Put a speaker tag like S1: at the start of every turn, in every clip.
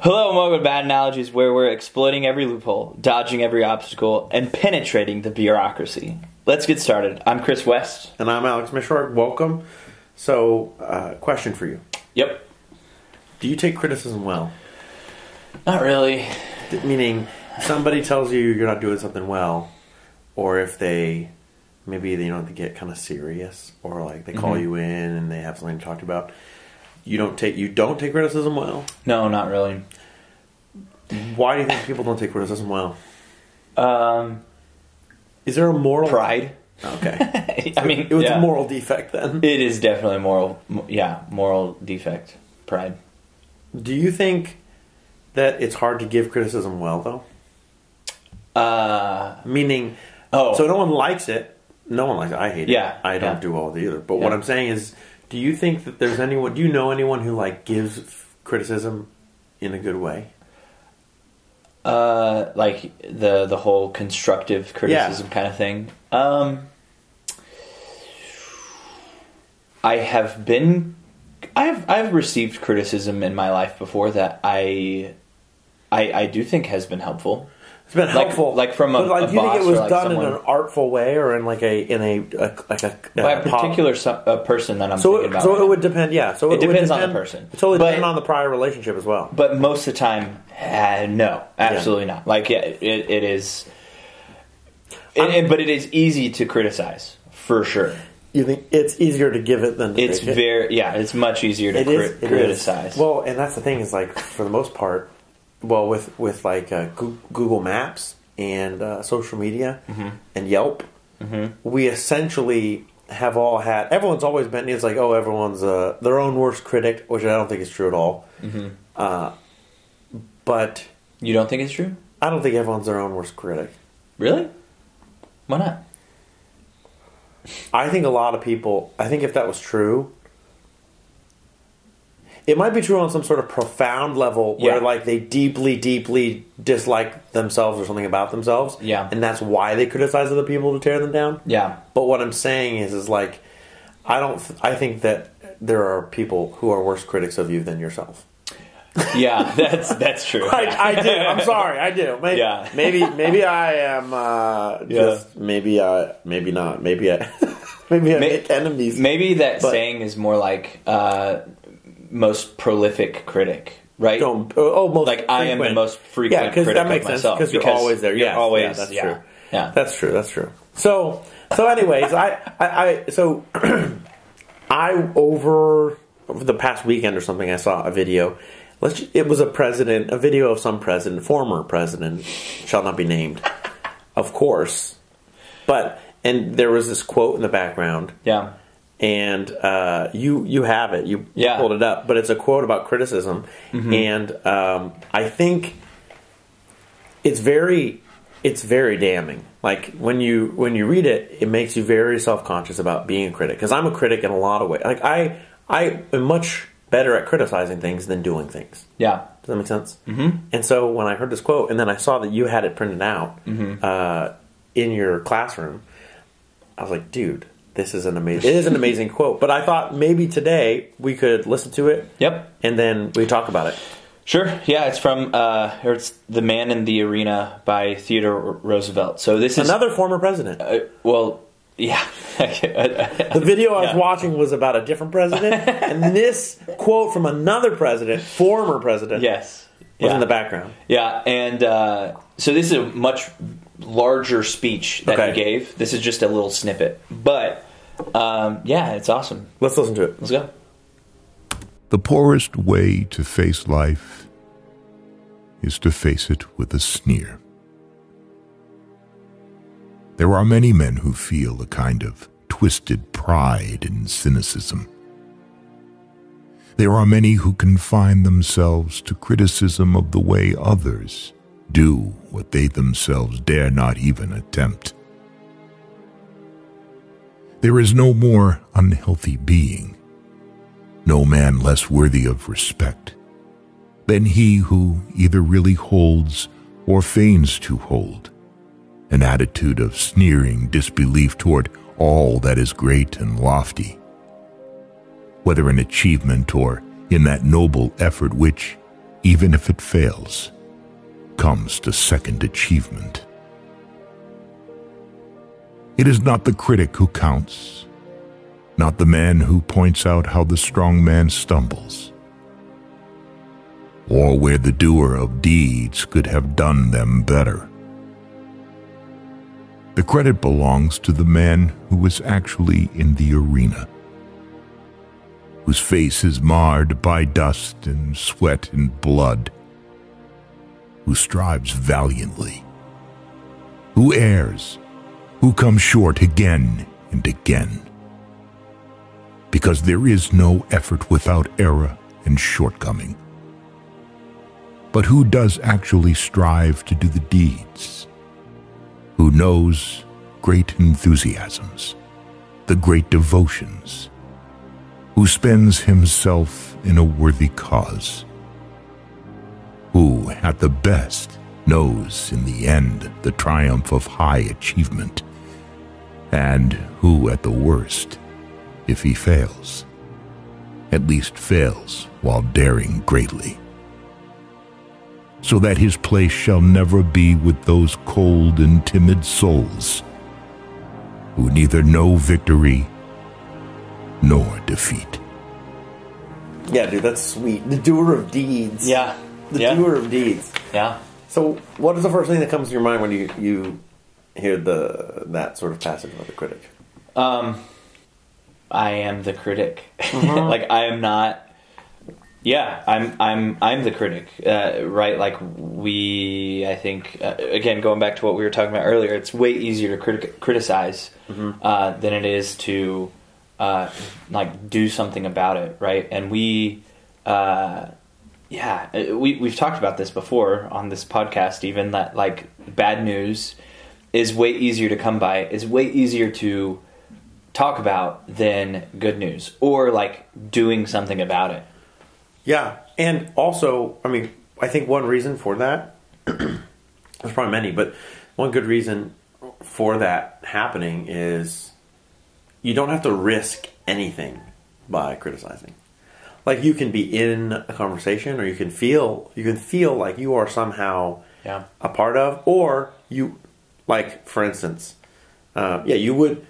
S1: Hello and welcome to Bad Analogies, where we're exploiting every loophole, dodging every obstacle, and penetrating the bureaucracy. Let's get started. I'm Chris West.
S2: And I'm Alex Mishorg. Welcome. So, uh, question for you:
S1: Yep.
S2: Do you take criticism well?
S1: Not really.
S2: Th- Meaning, somebody tells you you're not doing something well, or if they maybe they don't get kind of serious, or like they
S1: Mm-hmm.
S2: call you in and they have something to talk about. You don't take you don't take criticism well.
S1: No, not really.
S2: Why do you think people don't take criticism well?
S1: Um,
S2: Is there a moral
S1: pride.
S2: Okay,
S1: I mean,
S2: it was
S1: yeah.
S2: a moral defect then.
S1: It is definitely a moral. m- Yeah, moral defect. Pride.
S2: Do you think that it's hard to give criticism well though?
S1: Uh,
S2: Meaning,
S1: Oh.
S2: so no one likes it. No one likes it. I hate
S1: Yeah,
S2: it. I don't
S1: yeah.
S2: do all the either. But
S1: Yeah.
S2: what I'm saying is, do you think that there's anyone? Do you know anyone who like gives f- criticism in a good way?
S1: uh, like the the whole constructive criticism kind of thing. Um, I have been, I've I've received criticism in my life before that I, I I do think has been helpful.
S2: It's been
S1: Like-
S2: helpful,
S1: like from a-
S2: But, like,
S1: a
S2: do you think
S1: boss
S2: it
S1: or,
S2: was
S1: like,
S2: done in
S1: someone-
S2: an artful way or in like a in a, a like a, a
S1: By a
S2: pop-
S1: particular so, a person that I'm
S2: So,
S1: thinking
S2: it,
S1: about.
S2: so
S1: right
S2: it
S1: now.
S2: would depend. Yeah, so it, would
S1: depends on the
S2: depend-
S1: person.
S2: It totally
S1: But-
S2: depends on the prior relationship as well.
S1: but most of the time, uh, no, absolutely not. Like yeah, it, it is. It, it- but it is easy to criticize for sure.
S2: You think it's easier to give it than to
S1: It's
S2: take it?
S1: very yeah. It's much easier to
S2: It
S1: cri-
S2: is it is.
S1: criticize.
S2: Well, and that's the thing is like for the most part, well with with like uh, Goo- Google Maps and uh, social media and Yelp, we essentially have all had everyone's always been it's like oh everyone's uh, their own worst critic, which I don't think is true at all. Uh, but
S1: you don't think it's true,
S2: I don't think everyone's their own worst critic.
S1: really? Why not?
S2: I think a lot of people. I think if that was true, it might be true on some sort of profound level where
S1: Yeah.
S2: like they deeply, deeply dislike themselves or something about themselves.
S1: Yeah.
S2: and that's why they criticize other people to tear them down.
S1: Yeah,
S2: But what I'm saying is, is like, I don't. I think that there are people who are worse critics of you than yourself.
S1: yeah. That's that's true.
S2: I, I do. I'm sorry. I do. Maybe,
S1: Yeah.
S2: maybe, maybe I am. Uh,
S1: Yeah.
S2: Just maybe I. Maybe not. Maybe I. maybe I
S1: May-
S2: make enemies.
S1: Maybe that
S2: But-
S1: saying is more like uh, most prolific critic, right?
S2: don't. Oh, most
S1: like I am the
S2: frequent.
S1: most frequent
S2: Yeah, 'cause
S1: critic
S2: that makes
S1: of
S2: sense.
S1: myself
S2: because you're always there.
S1: you're
S2: Yes,
S1: always
S2: yeah, that's
S1: yeah,
S2: true.
S1: Yeah.
S2: That's true. That's true. So, so, anyways, I, I, I, so, I over, over the past weekend or something, I saw a video. Let's. ju- It was a president, a video of some president, former president, shall not be named, of course. But and there was this quote in the background
S1: yeah.
S2: and uh, you you have it. You
S1: Yeah.
S2: pulled it up, but it's a quote about criticism, and um, I think it's very it's very damning. Like when you when you read it, it makes you very self conscious about being a critic. Because I'm a critic in a lot of ways. Like I I am much better at criticizing things than doing things.
S1: Yeah.
S2: Does that make sense? Mm-hmm. And so when I heard this quote, and then I saw that you had it printed out
S1: Mm-hmm.
S2: uh, in your classroom, I was like, dude, this is an amazing. it is an amazing quote. But I thought maybe today we could listen to it.
S1: Yep.
S2: And then we talk about it.
S1: Sure. Yeah, it's from uh, or it's "The Man in the Arena" by Theodore R- Roosevelt. So this is
S2: Another former president.
S1: Uh, well, yeah.
S2: The video I was
S1: yeah.
S2: watching was about a different president, and this quote from another president, former president,
S1: yes.
S2: was
S1: yeah.
S2: in the background.
S1: Yeah, and uh, so this is a much larger speech that he
S2: Okay.
S1: gave. This is just a little snippet, but um, yeah, it's awesome.
S2: Let's listen to it.
S1: Let's go.
S3: The poorest way to face life is to face it with a sneer. There are many men who feel a kind of twisted pride in cynicism. There are many who confine themselves to criticism of the way others do what they themselves dare not even attempt. There is no more unhealthy being no man less worthy of respect than he who either really holds or feigns to hold an attitude of sneering disbelief toward all that is great and lofty, whether in achievement or in that noble effort which, even if it fails, comes the second achievement. It is not the critic who counts, not the man who points out how the strong man stumbles, or where the doer of deeds could have done them better. The credit belongs to the man who was actually in the arena, whose face is marred by dust and sweat and blood, who strives valiantly, who errs, who comes short again and again. Because there is no effort without error and shortcoming. But who does actually strive to do the deeds? who knows great enthusiasms, the great devotions, who spends himself in a worthy cause, who at the best knows in the end the triumph of high achievement, and who at the worst, if he fails, at least fails while daring greatly so that his place shall never be with those cold and timid souls who neither know victory nor defeat.
S2: Yeah, dude, that's sweet. The doer of deeds.
S1: Yeah.
S2: The
S1: yeah.
S2: doer of deeds.
S1: Yeah.
S2: So, what is the first thing that comes to your mind when you, you hear the that sort of passage about the critic?
S1: Um, I am the critic. like I am not. Yeah, I'm I'm I'm the critic, uh, right? Like we, I think uh, again going back to what we were talking about earlier, it's way easier to critic- criticize uh, than it is to uh, like do something about it, right? And we, uh, yeah, uh, we we've talked about this before on this podcast, even that like bad news is way easier to come by, is way easier to talk about than good news or like doing something about it.
S2: Yeah, and also, I mean, I think one reason for that there's probably many, but one good reason for that happening is you don't have to risk anything by criticizing. Like you can be in a conversation, or you can feel you can feel like you are somehow
S1: Yeah.
S2: a part of, or you like for instance, uh, yeah, you would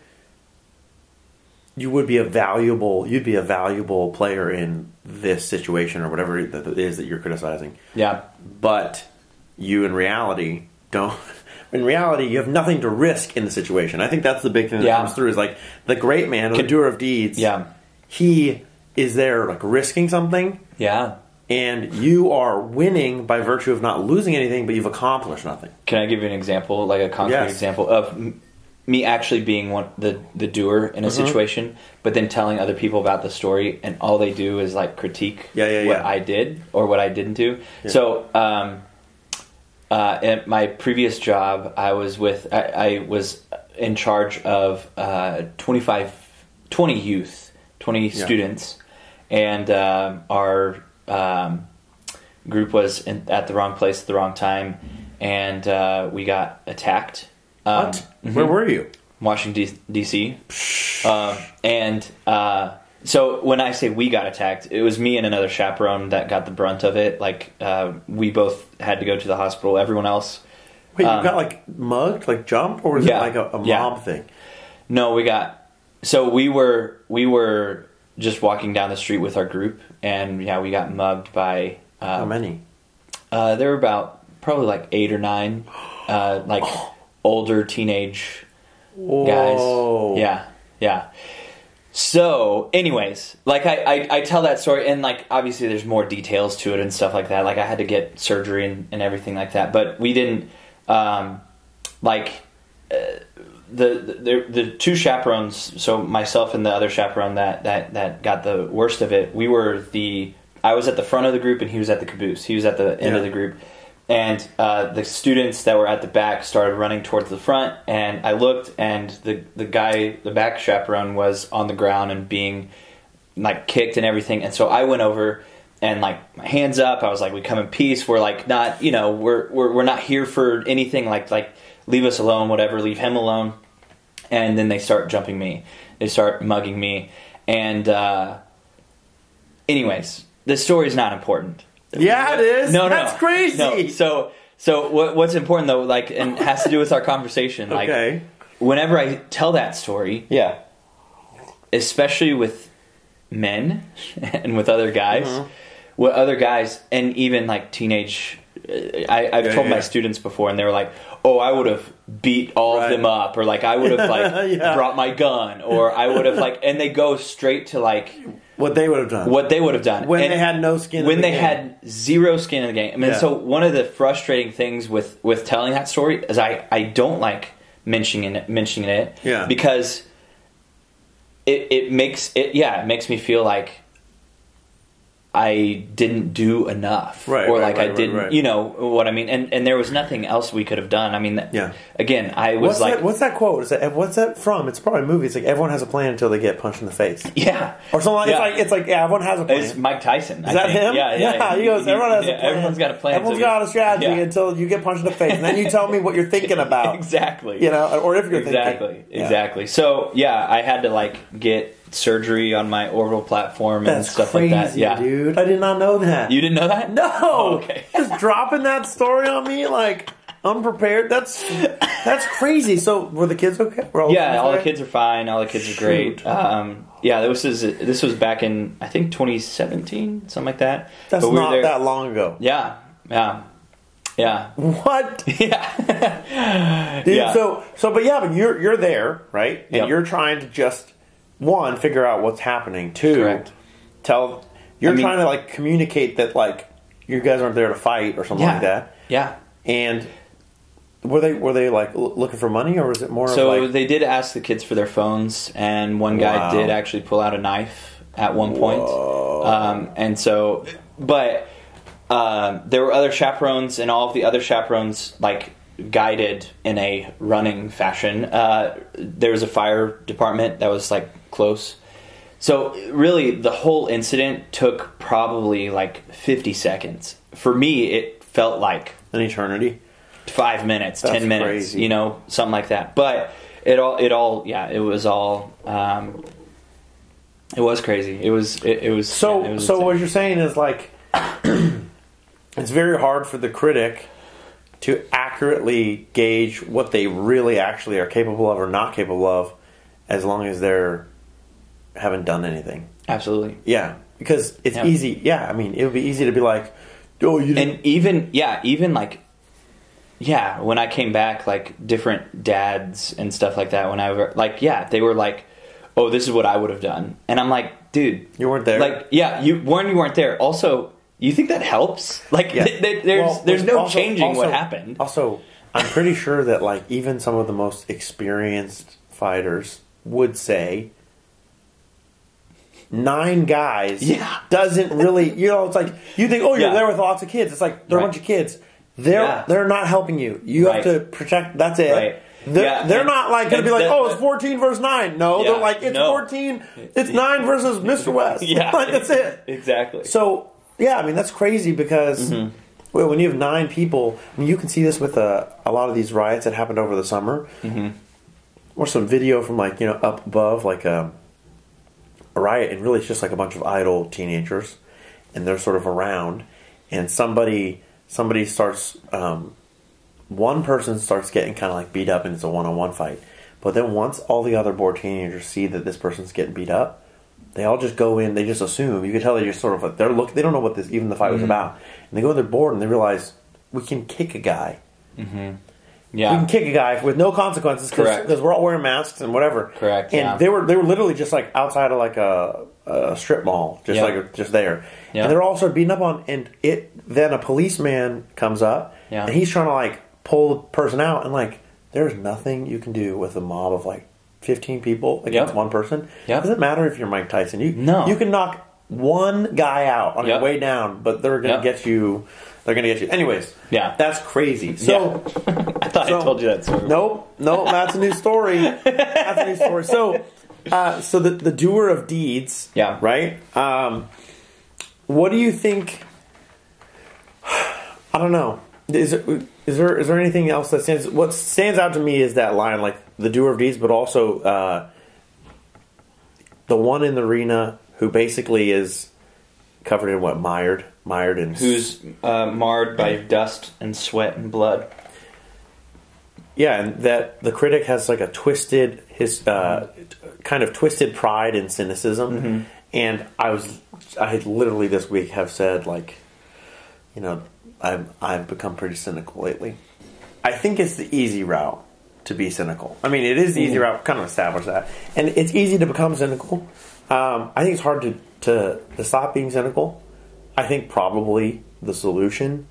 S2: you would be a valuable you'd be a valuable player in this situation or whatever that it is that you're criticizing
S1: Yeah.
S2: but you in reality don't in reality you have nothing to risk in the situation i think that's the big thing that
S1: Yeah.
S2: comes through is like the great man or the doer of deeds
S1: Yeah.
S2: he is there like risking something
S1: Yeah.
S2: and you are winning by virtue of not losing anything but you've accomplished nothing
S1: Can I give you an example, like a concrete
S2: Yes.
S1: example of m- me actually being one the the doer in
S2: Uh-huh.
S1: a situation, but then telling other people about the story, and all they do is like critique
S2: Yeah, yeah,
S1: what
S2: yeah.
S1: I did or what I didn't do. So, um, uh, at my previous job, I was with I, I was in charge of uh, 25, 20 youth, twenty students, and um, our um, group was in, at the wrong place at the wrong time, and uh, we got attacked. Um,
S2: what where were you
S1: Washington D.C. Um, and uh, so when I say we got attacked, it was me and another chaperone that got the brunt of it. Like uh, we both had to go to the hospital. Everyone else,
S2: wait you got like mugged like jumped or was
S1: Um, yeah,
S2: it like a, a mob
S1: yeah.
S2: thing
S1: no, we got. So we were we were just walking down the street with our group, and yeah, we got mugged by.
S2: how
S1: Uh,
S2: many
S1: uh, there were about probably like eight or nine, uh, like older teenage
S2: Whoa.
S1: guys. Yeah, yeah. So, anyways, like I, I, I tell that story, and like obviously there's more details to it and stuff like that. Like I had to get surgery and, and everything like that, but we didn't. Um, like the, the the two chaperones, so myself and the other chaperone that that that got the worst of it. We were the I was at the front of the group and he was at the caboose. He was at the end
S2: Yeah.
S1: of the group, and uh, the students that were at the back started running towards the front. And I looked, and the the guy, the back chaperone, was on the ground and being like kicked and everything. And so I went over and like my hands up. I was like, "We come in peace. We're like not, you know, we're we're we're not here for anything. Like like leave us alone, whatever. Leave him alone." And then they start jumping me. They start mugging me. And uh, anyways, this story is not important.
S2: Yeah, it is.
S1: No, no,
S2: that's crazy.
S1: no. So, so what, what's important though, like, and has to do with our conversation. Like,
S2: Okay.
S1: whenever I tell that story,
S2: yeah.
S1: especially with men and with other guys,
S2: Uh-huh.
S1: with other guys, and even like teenage. uh, I, I've
S2: Yeah,
S1: told
S2: yeah, yeah.
S1: my students before, and they were like, "Oh, I would have beat all
S2: Right.
S1: of them up," or like, "I would have like
S2: Yeah.
S1: brought my gun," or "I would have like," and they go straight to like
S2: What they would have done.
S1: what they would have done
S2: When
S1: And
S2: they had no skin in
S1: When
S2: the
S1: they
S2: game.
S1: had zero skin in the game. I mean,
S2: Yeah.
S1: so one of the frustrating things with with telling that story is I I don't like mentioning it mentioning it
S2: Yeah.
S1: because it it makes it yeah it makes me feel like I didn't do enough
S2: Right,
S1: or
S2: right,
S1: like
S2: right,
S1: I
S2: right,
S1: didn't
S2: right.
S1: you know what I mean and and there was nothing else we could have done. I mean
S2: Yeah.
S1: again I was
S2: What's
S1: like
S2: that? What's that quote? Is that what's that from? It's probably a movie. It's like everyone has a plan until they get punched in the face,
S1: yeah
S2: or something. Like,
S1: Yeah.
S2: It's like it's like yeah, everyone has a plan.
S1: It's Mike Tyson.
S2: Is that him?
S1: Yeah, yeah.
S2: He goes, everyone has a
S1: yeah,
S2: plan.
S1: Everyone's got a plan.
S2: Everyone's
S1: so-
S2: got a strategy
S1: Yeah.
S2: until you get punched in the face. And then you tell me what you're thinking about.
S1: Exactly.
S2: You know, or if you're
S1: Exactly.
S2: thinking. Yeah.
S1: Exactly. So yeah, I had to like get surgery on my orbital platform and
S2: That's
S1: stuff
S2: crazy,
S1: like that. Yeah.
S2: dude. I did not know that.
S1: You didn't know that?
S2: no.
S1: Oh, okay.
S2: Just dropping that story on me like unprepared. That's that's crazy. So were the kids okay? Were all
S1: Yeah, all the
S2: okay?
S1: kids are fine. All the kids are great.
S2: Shoot.
S1: Um, yeah, this is this was back in I think 2017, something like that.
S2: That's
S1: But we were
S2: not
S1: there-
S2: that long ago.
S1: Yeah. Yeah. Yeah.
S2: What?
S1: Yeah.
S2: Dude,
S1: Yeah.
S2: so so but yeah, but you're you're there, right? And
S1: Yep.
S2: you're trying to just one, figure out what's happening. Two
S1: Correct.
S2: tell you're
S1: I mean-
S2: trying to like communicate that like you guys aren't there to fight or something
S1: yeah.
S2: like that.
S1: Yeah.
S2: And were they were they like l- looking for money or was it more
S1: So
S2: of like
S1: they did ask the kids for their phones, and one guy
S2: Wow.
S1: did actually pull out a knife at one point. Um, and so, but um, there were other chaperones, and all of the other chaperones like guided in a running fashion. Uh, there was a fire department that was like close. So really, the whole incident took probably like fifty seconds. For me, it felt like
S2: an eternity?
S1: five minutes,
S2: That's
S1: ten minutes,
S2: crazy.
S1: you know, something like that. But it all, it all, yeah, it was all, um, it was crazy. It was, it, it was.
S2: So
S1: yeah, it was
S2: so
S1: insane.
S2: what you're saying is like it's very hard for the critic to accurately gauge what they really actually are capable of or not capable of as long as they're haven't done anything.
S1: absolutely.
S2: Yeah, because it's
S1: Yeah.
S2: easy. Yeah, I mean, it would be easy to be like, "Oh, you didn't
S1: And even, yeah, even like, yeah, when I came back, like different dads and stuff like that. Whenever, like, yeah, they were like, "Oh, this is what I would have done," and I'm like, dude,
S2: You weren't there.
S1: Like, yeah, you one, you weren't there. Also. You think that helps? Like,
S2: Yeah.
S1: th- th- there's
S2: Well,
S1: there's no
S2: also-
S1: changing what
S2: also-
S1: happened.
S2: Also, I'm pretty sure that like even some of the most experienced fighters would say nine guys
S1: Yeah.
S2: doesn't really you know it's like you think oh you're
S1: Yeah.
S2: there with lots of kids it's like they're a
S1: Right.
S2: bunch of kids they're
S1: Yeah.
S2: they're not helping you you have
S1: Right.
S2: to protect that's it
S1: Right.
S2: they're,
S1: Yeah,
S2: they're
S1: and-
S2: not like gonna
S1: and
S2: be like
S1: that-
S2: oh it's 14 versus 9 no
S1: Yeah,
S2: they're like it's
S1: no.
S2: 14 it's 9 versus Mr. West
S1: Yeah.
S2: like that's it
S1: Exactly.
S2: so yeah, I mean that's crazy because well, when you have nine people, I mean you can see this with a, a lot of these riots that happened over the summer, or some video from like you know up above like a, a riot, and really it's just like a bunch of idle teenagers, and they're sort of around, and somebody somebody starts um, one person starts getting kind of like beat up, and it's a one on one fight. But then once all the other bored teenagers see that this person's getting beat up, they all just go in. They just assume. You can tell they're just sort of like, they're look. They don't know what this even the fight was about, and they go in their board and they realize we can kick a guy.
S1: yeah.
S2: We can kick a guy with no consequences
S1: Correct.
S2: because we're all wearing masks and whatever.
S1: Correct,
S2: And
S1: yeah.
S2: they were they were literally just like outside of like a, a strip mall, just
S1: Yeah.
S2: like just there.
S1: Yeah.
S2: And they're all sort of beaten up on. And it then a policeman comes up
S1: Yeah.
S2: and he's trying to like pull the person out and like there's nothing you can do with a mob of like 15 people against
S1: Yep.
S2: one person.
S1: Yep.
S2: It doesn't matter if you're Mike Tyson. You
S1: No.
S2: you can knock one guy out on your
S1: Yep.
S2: way down, but they're gonna
S1: Yep.
S2: get you. They're gonna get you. Anyways,
S1: Yeah.
S2: that's crazy. So.
S1: I thought
S2: So-
S1: I told you that story.
S2: Nope, nope. That's a new story. that's a new story. So, uh, so the the doer of deeds.
S1: Yeah.
S2: Right. Um, what do you think? I don't know. Is it- is there is there anything else that stands? What stands out to me is that line, like the doer of deeds, but also uh, the one in the arena who basically is covered in what mired, mired in.
S1: who's uh, marred by dust and sweat and blood.
S2: yeah, and that the critic has like a twisted his uh, kind of twisted pride and cynicism. And I was, I had literally this week have said like, you know, I've I've become pretty cynical lately. I think it's the easy route to be cynical. I mean, it is the easy route. Kind of establish that, and it's easy to become cynical. Um, I think it's hard to, to to stop being cynical. I think probably the solution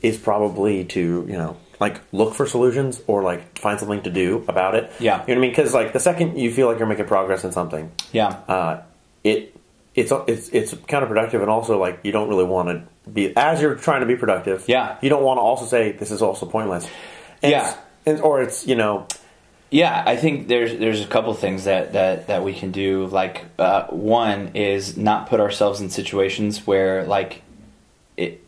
S2: is probably to you know like look for solutions or like find something to do about it.
S1: Yeah.
S2: you know what I mean. Because like the second you feel like you're making progress in something,
S1: Yeah.
S2: uh, it it's it's it's counterproductive and also like you don't really want to be as you're trying to be productive.
S1: Yeah.
S2: you don't want to also say this is also pointless. And
S1: Yeah.
S2: it's- and or it's you know
S1: Yeah, I think there's there's a couple things that that that we can do. Like uh, one is not put ourselves in situations where like it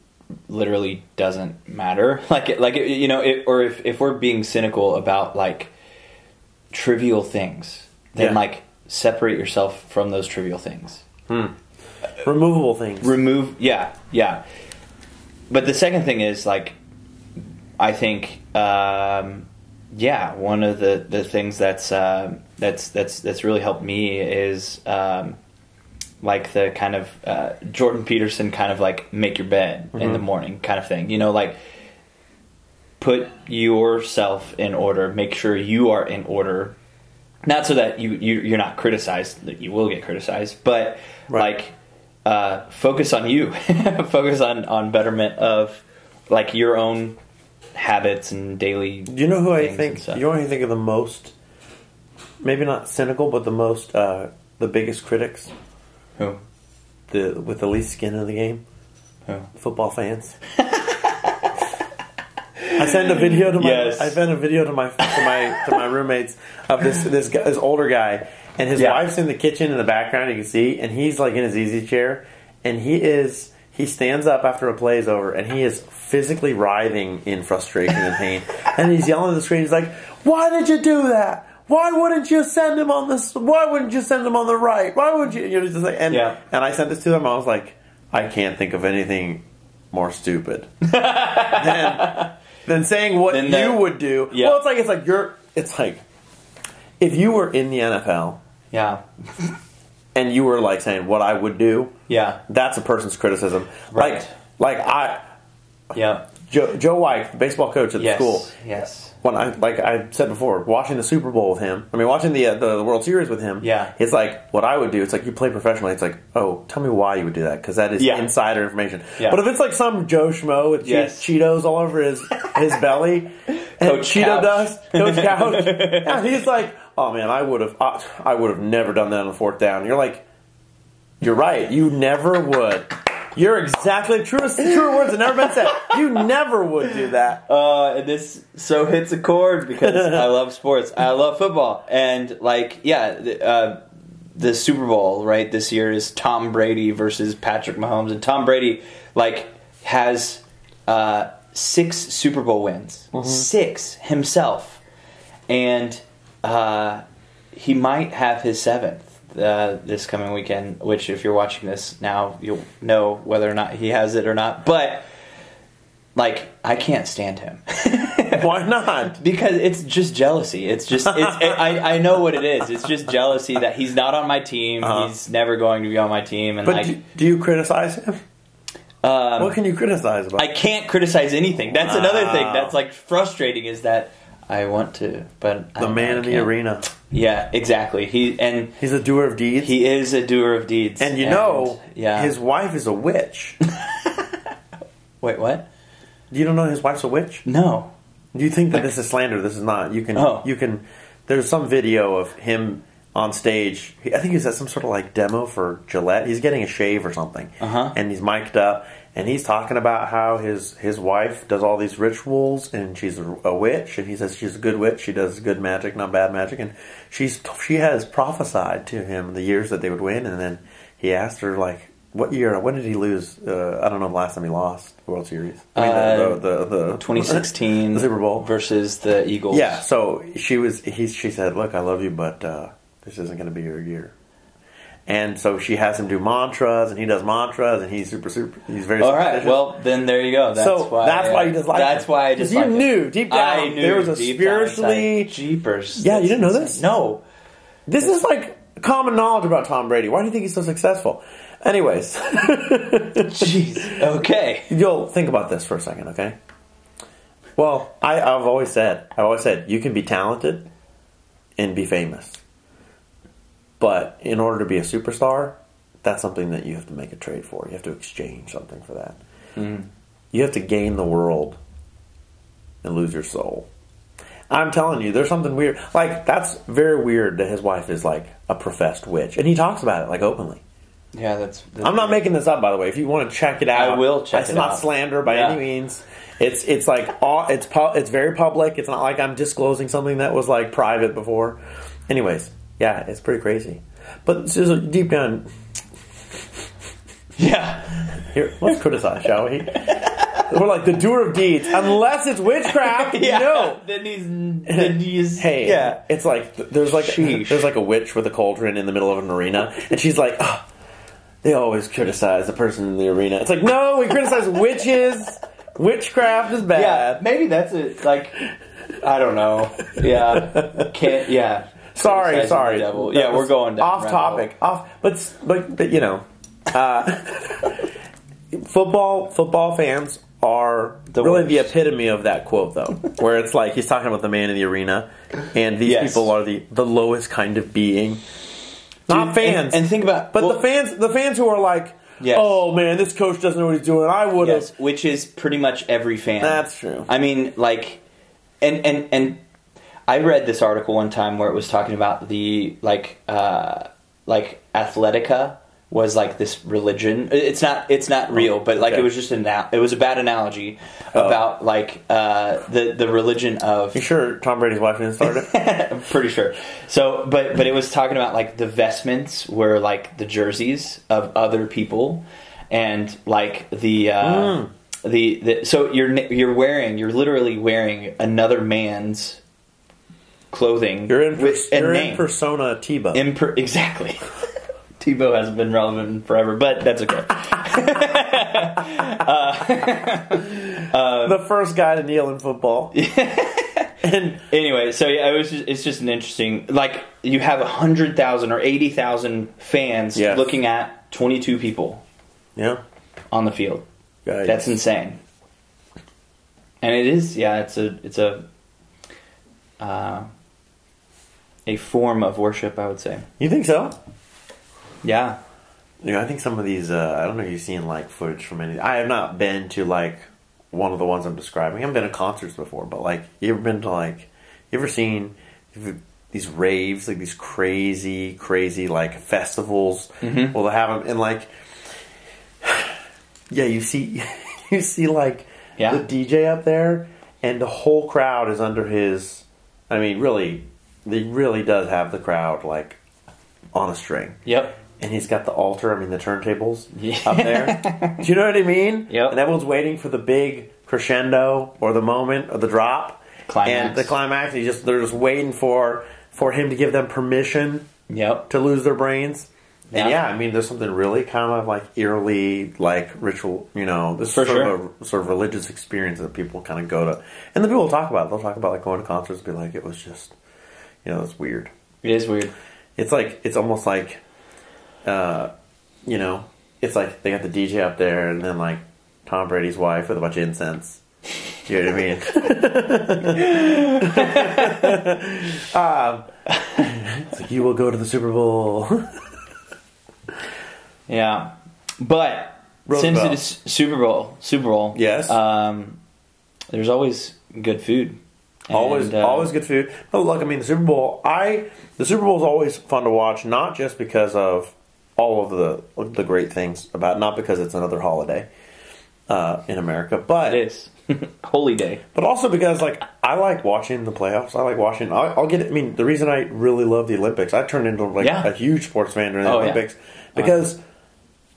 S1: literally doesn't matter. Like it, like it, you know, it, or if if we're being cynical about like trivial things, then
S2: Yeah.
S1: like separate yourself from those trivial things.
S2: removable things.
S1: remove yeah yeah but the second thing is like i think um yeah one of the the things that's um that's that's that's really helped me is um like the kind of uh, jordan peterson kind of like make your bed in the morning kind of thing you know like put yourself in order make sure you are in order not so that you, you you're not criticized that you will get criticized but
S2: Right.
S1: like uh, focus on you focus on on betterment of like your own habits and daily
S2: Do you know who I
S1: things and
S2: think?
S1: stuff.
S2: You know who I think of the most? Maybe not cynical, but the most uh, the biggest critics,
S1: who
S2: the with the least skin in the game,
S1: who
S2: football fans. I sent a video to my
S1: Yes.
S2: I sent a video to my to my to my roommates of this this guy, this older guy and his
S1: Yeah.
S2: wife's in the kitchen in the background you can see and he's like in his easy chair and he is he stands up after a play is over and he is physically writhing in frustration and pain and he's yelling at the screen he's like why did you do that why wouldn't you send him on this why wouldn't you send him on the right why would you you know just like and
S1: Yeah.
S2: and I sent this to them I was like I can't think of anything more stupid than, than saying what
S1: Than the-
S2: you would do.
S1: Yeah.
S2: Well, it's like it's like you're. It's like if you were in the NFL
S1: yeah
S2: and you were like saying what I would do.
S1: yeah
S2: That's a person's criticism.
S1: Right.
S2: Like like I
S1: yeah
S2: Joe, Joe White, the baseball coach at
S1: yes
S2: the school.
S1: yes
S2: When I like I said before, watching the Super Bowl with him. I mean, watching the uh, the World Series with him.
S1: Yeah.
S2: It's like what I would do. It's like you play professionally. It's like oh, tell me why you would do that because that is
S1: Yeah.
S2: insider information.
S1: Yeah.
S2: But if it's like some Joe schmo with che-
S1: Yes.
S2: Cheetos all over his his belly, and
S1: Coach
S2: Cheeto
S1: Couch.
S2: dust, Coach Couch, and he's like, oh man, I would have I, I would have never done that on fourth down. You're like, you're right. You never would. You're exactly truest true words have never been said. You never would do that.
S1: Uh, and this so hits a chord because I love sports. I love football, and like, yeah, the, uh, the Super Bowl right this year is Tom Brady versus Patrick Mahomes, and Tom Brady like has uh, six Super Bowl wins, six himself, and uh, he might have his seventh. Uh, this coming weekend, which if you're watching this now, you'll know whether or not he has it or not. But like, I can't stand him.
S2: Why not?
S1: Because it's just jealousy. It's just it's, it, I I know what it is. It's just jealousy that he's not on my team. He's never going to be on my team, and
S2: Uh-huh. But
S1: like
S2: do, do you criticize him?
S1: um,
S2: What can you criticize about?
S1: I can't criticize anything. That's another thing
S2: Wow.
S1: that's like frustrating is that I want to, but
S2: the man in the arena.
S1: Yeah, exactly. He and
S2: He's a doer of deeds.
S1: he is a doer of deeds,
S2: and you know,
S1: yeah.
S2: his wife is a witch.
S1: Wait, what?
S2: you don't know his wife's a witch?
S1: No.
S2: Do you think that this is slander? This is not. You can.
S1: Oh.
S2: You can. There's some video of him on stage. I think he's at some sort of like demo for Gillette. He's getting a shave or something,
S1: Uh-huh.
S2: and he's mic'd up, and he's talking about how his his wife does all these rituals, and she's a, a witch, and he says she's a good witch. She does good magic, not bad magic, and she's she has prophesied to him the years that they would win, and then he asked her like. What year? When did he lose? Uh, I don't know. The last time he lost the World Series. I mean, the,
S1: Uh,
S2: the, the, the
S1: 2016
S2: the Super Bowl
S1: versus the Eagles.
S2: yeah, so she was. He, she said, "Look, I love you, but uh, this isn't going to be your year." And so she has him do mantras, and he does mantras, and he's super, super. He's very.
S1: All right.
S2: superstitious.
S1: Well, then there you go. That's
S2: so
S1: why.
S2: that's why you dislike.
S1: That's
S2: him.
S1: why I
S2: 'Cause
S1: dislike.
S2: You
S1: him.
S2: knew deep down
S1: I knew
S2: there was a
S1: deep down inside.
S2: spiritually.
S1: jeepers.
S2: Yeah, you didn't know
S1: That's
S2: this?
S1: insane. No.
S2: This is like common knowledge about Tom Brady. Why do you think he's so successful? Anyways,
S1: Jeez. Okay.
S2: you'll think about this for a second, okay? Well, I, I've always said, I've always said, you can be talented and be famous, but in order to be a superstar, that's something that you have to make a trade for. You have to exchange something for that. You have to gain the world and lose your soul. I'm telling you, there's something weird. Like that's very weird that his wife is like a professed witch, and he talks about it like openly.
S1: Yeah, that's. that's
S2: I'm not making this up, by the way. If you want to check it out,
S1: I will check
S2: It's
S1: it
S2: not
S1: out.
S2: slander by
S1: Yeah.
S2: any means. It's it's like all, it's pu- it's very public. It's not like I'm disclosing something that was like private before. Anyways, yeah, it's pretty crazy. But it's just deep down,
S1: Yeah.
S2: here let's criticize, shall we? We're like the doer of deeds, unless it's witchcraft.
S1: Yeah.
S2: No,
S1: Then he's. Then he's.
S2: hey,
S1: Yeah.
S2: it's like th- there's like
S1: Sheesh.
S2: there's like a witch with a cauldron in the middle of an arena, and she's like, "Ugh, they always criticize the person in the arena. It's like, no, we criticize witches. Witchcraft is
S1: Yeah.
S2: bad.
S1: Maybe that's it. Like. I don't know. Yeah. Can't. Yeah.
S2: Sorry,
S1: Criticizing
S2: sorry.
S1: the devil.
S2: That
S1: Yeah,
S2: was
S1: we're going down
S2: off
S1: rabbit hole.
S2: topic. Off, but s- but but you know, uh, football football fans are
S1: The
S2: really the
S1: worst.
S2: epitome of that quote, though, where it's like he's talking about the man in the arena, and these
S1: Yes.
S2: people are the the lowest kind of being, not
S1: Dude,
S2: fans.
S1: And, and think about.
S2: But
S1: well,
S2: the fans, the fans who are like,
S1: Yes.
S2: "Oh man, this coach doesn't know what he's doing." I would have.
S1: Yes, which is pretty much every fan.
S2: That's true.
S1: I mean, like, and and and I read this article one time where it was talking about the like uh like Athletica was like this religion. It's not it's not real, but like
S2: Okay.
S1: it was just an it was a bad analogy about like uh the the religion of
S2: You sure Tom Brady's wife didn't start it?
S1: I'm pretty sure. So, but but it was talking about like the vestments were like the jerseys of other people, and like the uh,
S2: Mm.
S1: the the so you're n- you're wearing you're literally wearing another man's clothing.
S2: You're in,
S1: with-
S2: you're
S1: and
S2: in
S1: name.
S2: persona Tebow.
S1: Imper- exactly. Tebow hasn't been relevant forever, but that's okay.
S2: the first guy to kneel in football. and
S1: anyway, so yeah, it was just, it's just an interesting like you have a hundred thousand or eighty thousand fans
S2: Yes.
S1: looking at twenty two people.
S2: yeah,
S1: on the field.
S2: guys,
S1: That's insane. And it is, yeah, it's a it's a uh, a form of worship, I would say.
S2: you think so?
S1: Yeah.
S2: You know, I think some of these. Uh, I don't know if you've seen like footage from any. I have not been to like one of the ones I'm describing. I've been to concerts before, but like, you ever been to like, you ever seen if- these raves, like these crazy, crazy like festivals? Well, they have them, and like, yeah, you see, you see like
S1: Yeah.
S2: the DJ up there, and the whole crowd is under his. I mean, really, he really does have the crowd like on a string
S1: Yep.
S2: and he's got the altar, I mean the turntables
S1: Yeah.
S2: up there. Do you know what I mean?
S1: Yep.
S2: And everyone's waiting for the big crescendo or the moment or the drop.
S1: Climax.
S2: And the climax, he just they're just waiting for for him to give them permission
S1: Yep.
S2: to lose their brains. And
S1: Yeah.
S2: yeah, I mean there's something really kind of like eerily like ritual, you know, this is
S1: For
S2: sort
S1: sure.
S2: of a sort of religious experience that people kind of go to. And the people talk about it. They'll talk about like going to concerts and be like it was just you know, it's weird
S1: It is weird.
S2: it's like it's almost like uh you know it's like they got the dj up there and then like tom brady's wife with a bunch of incense Do you know what i mean um, Um, it's like you will go to the super bowl
S1: Yeah. But since
S2: Roosevelt.
S1: it is Super Bowl, Super Bowl.
S2: Yes.
S1: Um, there's always good food. And,
S2: always
S1: uh,
S2: always good food no look i mean the super bowl i the super bowl is always fun to watch not just because of all of the the great things about not because it's another holiday uh, in america but
S1: It is holy day.
S2: But also because like I like watching the playoffs. I like watching. I, I'll get. it. I mean, the reason I really love the Olympics, I turned into like
S1: Yeah.
S2: a huge sports fan during the
S1: Oh, yeah.
S2: Olympics because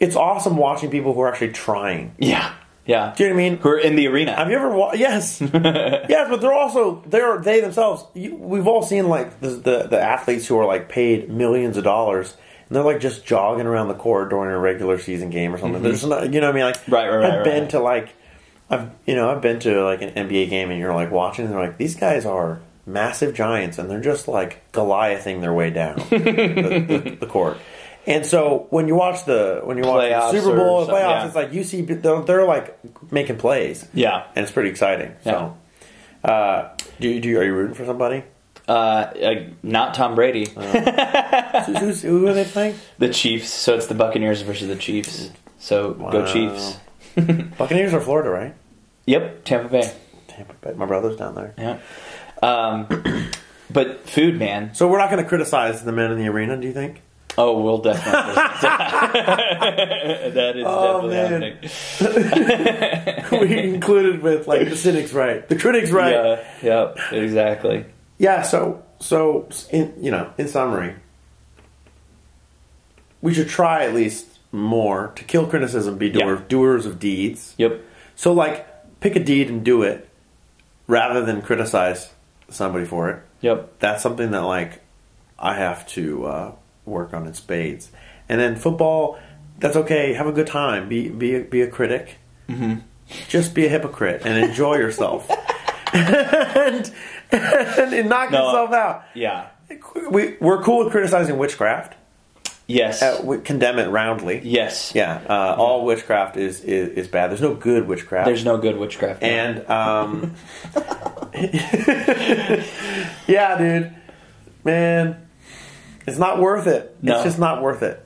S2: it's awesome watching people who are actually trying.
S1: Yeah. Yeah.
S2: Do you know what I mean?
S1: Who are in the arena?
S2: Have you ever watched? Yes, yes, but they're also they're they themselves. You, we've all seen like the, the the athletes who are like paid millions of dollars, and they're like just jogging around the corridor in a regular season game or something. There's not, you know, what I mean, like,
S1: Mm-hmm. Right, right, right,
S2: I've
S1: right,
S2: been
S1: right.
S2: to like, I've you know, I've been to like an NBA game, and you're like watching, and they're like, these guys are massive giants, and they're just like Goliathing their way down the, the, the court. And so when you watch the when you watch
S1: Playoffs
S2: the Super
S1: or
S2: Bowl
S1: something,
S2: playoffs,
S1: yeah.
S2: it's like you see they're, they're like making plays,
S1: Yeah.
S2: and it's pretty exciting.
S1: Yeah.
S2: So, uh, do you, do you, are you rooting for somebody?
S1: Uh, uh, not Tom Brady.
S2: Who's- who's, who are they playing?
S1: the Chiefs. So it's the Buccaneers versus the Chiefs. So
S2: Wow.
S1: go Chiefs.
S2: Buccaneers are Florida, right?
S1: Yep, Tampa Bay.
S2: Tampa Bay. My brother's down there.
S1: Yeah. Um, but food, man.
S2: So we're not going to criticize the men in the arena. Do you think?
S1: Oh, we'll definitely. that is
S2: Oh,
S1: definitely
S2: man.
S1: happening.
S2: we concluded with like the cynics, right? The critics, right? Yeah.
S1: Yeah, yep, exactly.
S2: so, so in you know, in summary, we should try at least more to kill criticism. Be doer,
S1: Yeah.
S2: doers of deeds.
S1: Yep.
S2: So like, pick a deed and do it, rather than criticize somebody for it.
S1: Yep.
S2: that's something that like I have to uh, work on in spades. And then football, that's okay. Have a good time. Be be a, be a critic. Mm-hmm. Just be a hypocrite and enjoy yourself. and, and knock
S1: No.
S2: yourself out.
S1: Yeah.
S2: We we're cool with criticizing witchcraft.
S1: Yes.
S2: Uh, we condemn it roundly.
S1: yes.
S2: Yeah. Uh, all witchcraft is, is is bad. There's no good witchcraft.
S1: There's no good witchcraft. no.
S2: And um, yeah, dude, man, it's not worth it.
S1: No.
S2: It's just not worth it.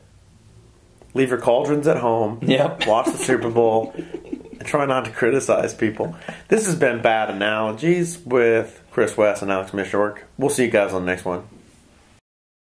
S2: Leave your cauldrons at home.
S1: Yep.
S2: Watch the Super Bowl. and try not to criticize people. This has been bad analogies with Chris West and Alex Mishork. We'll see you guys on the next one.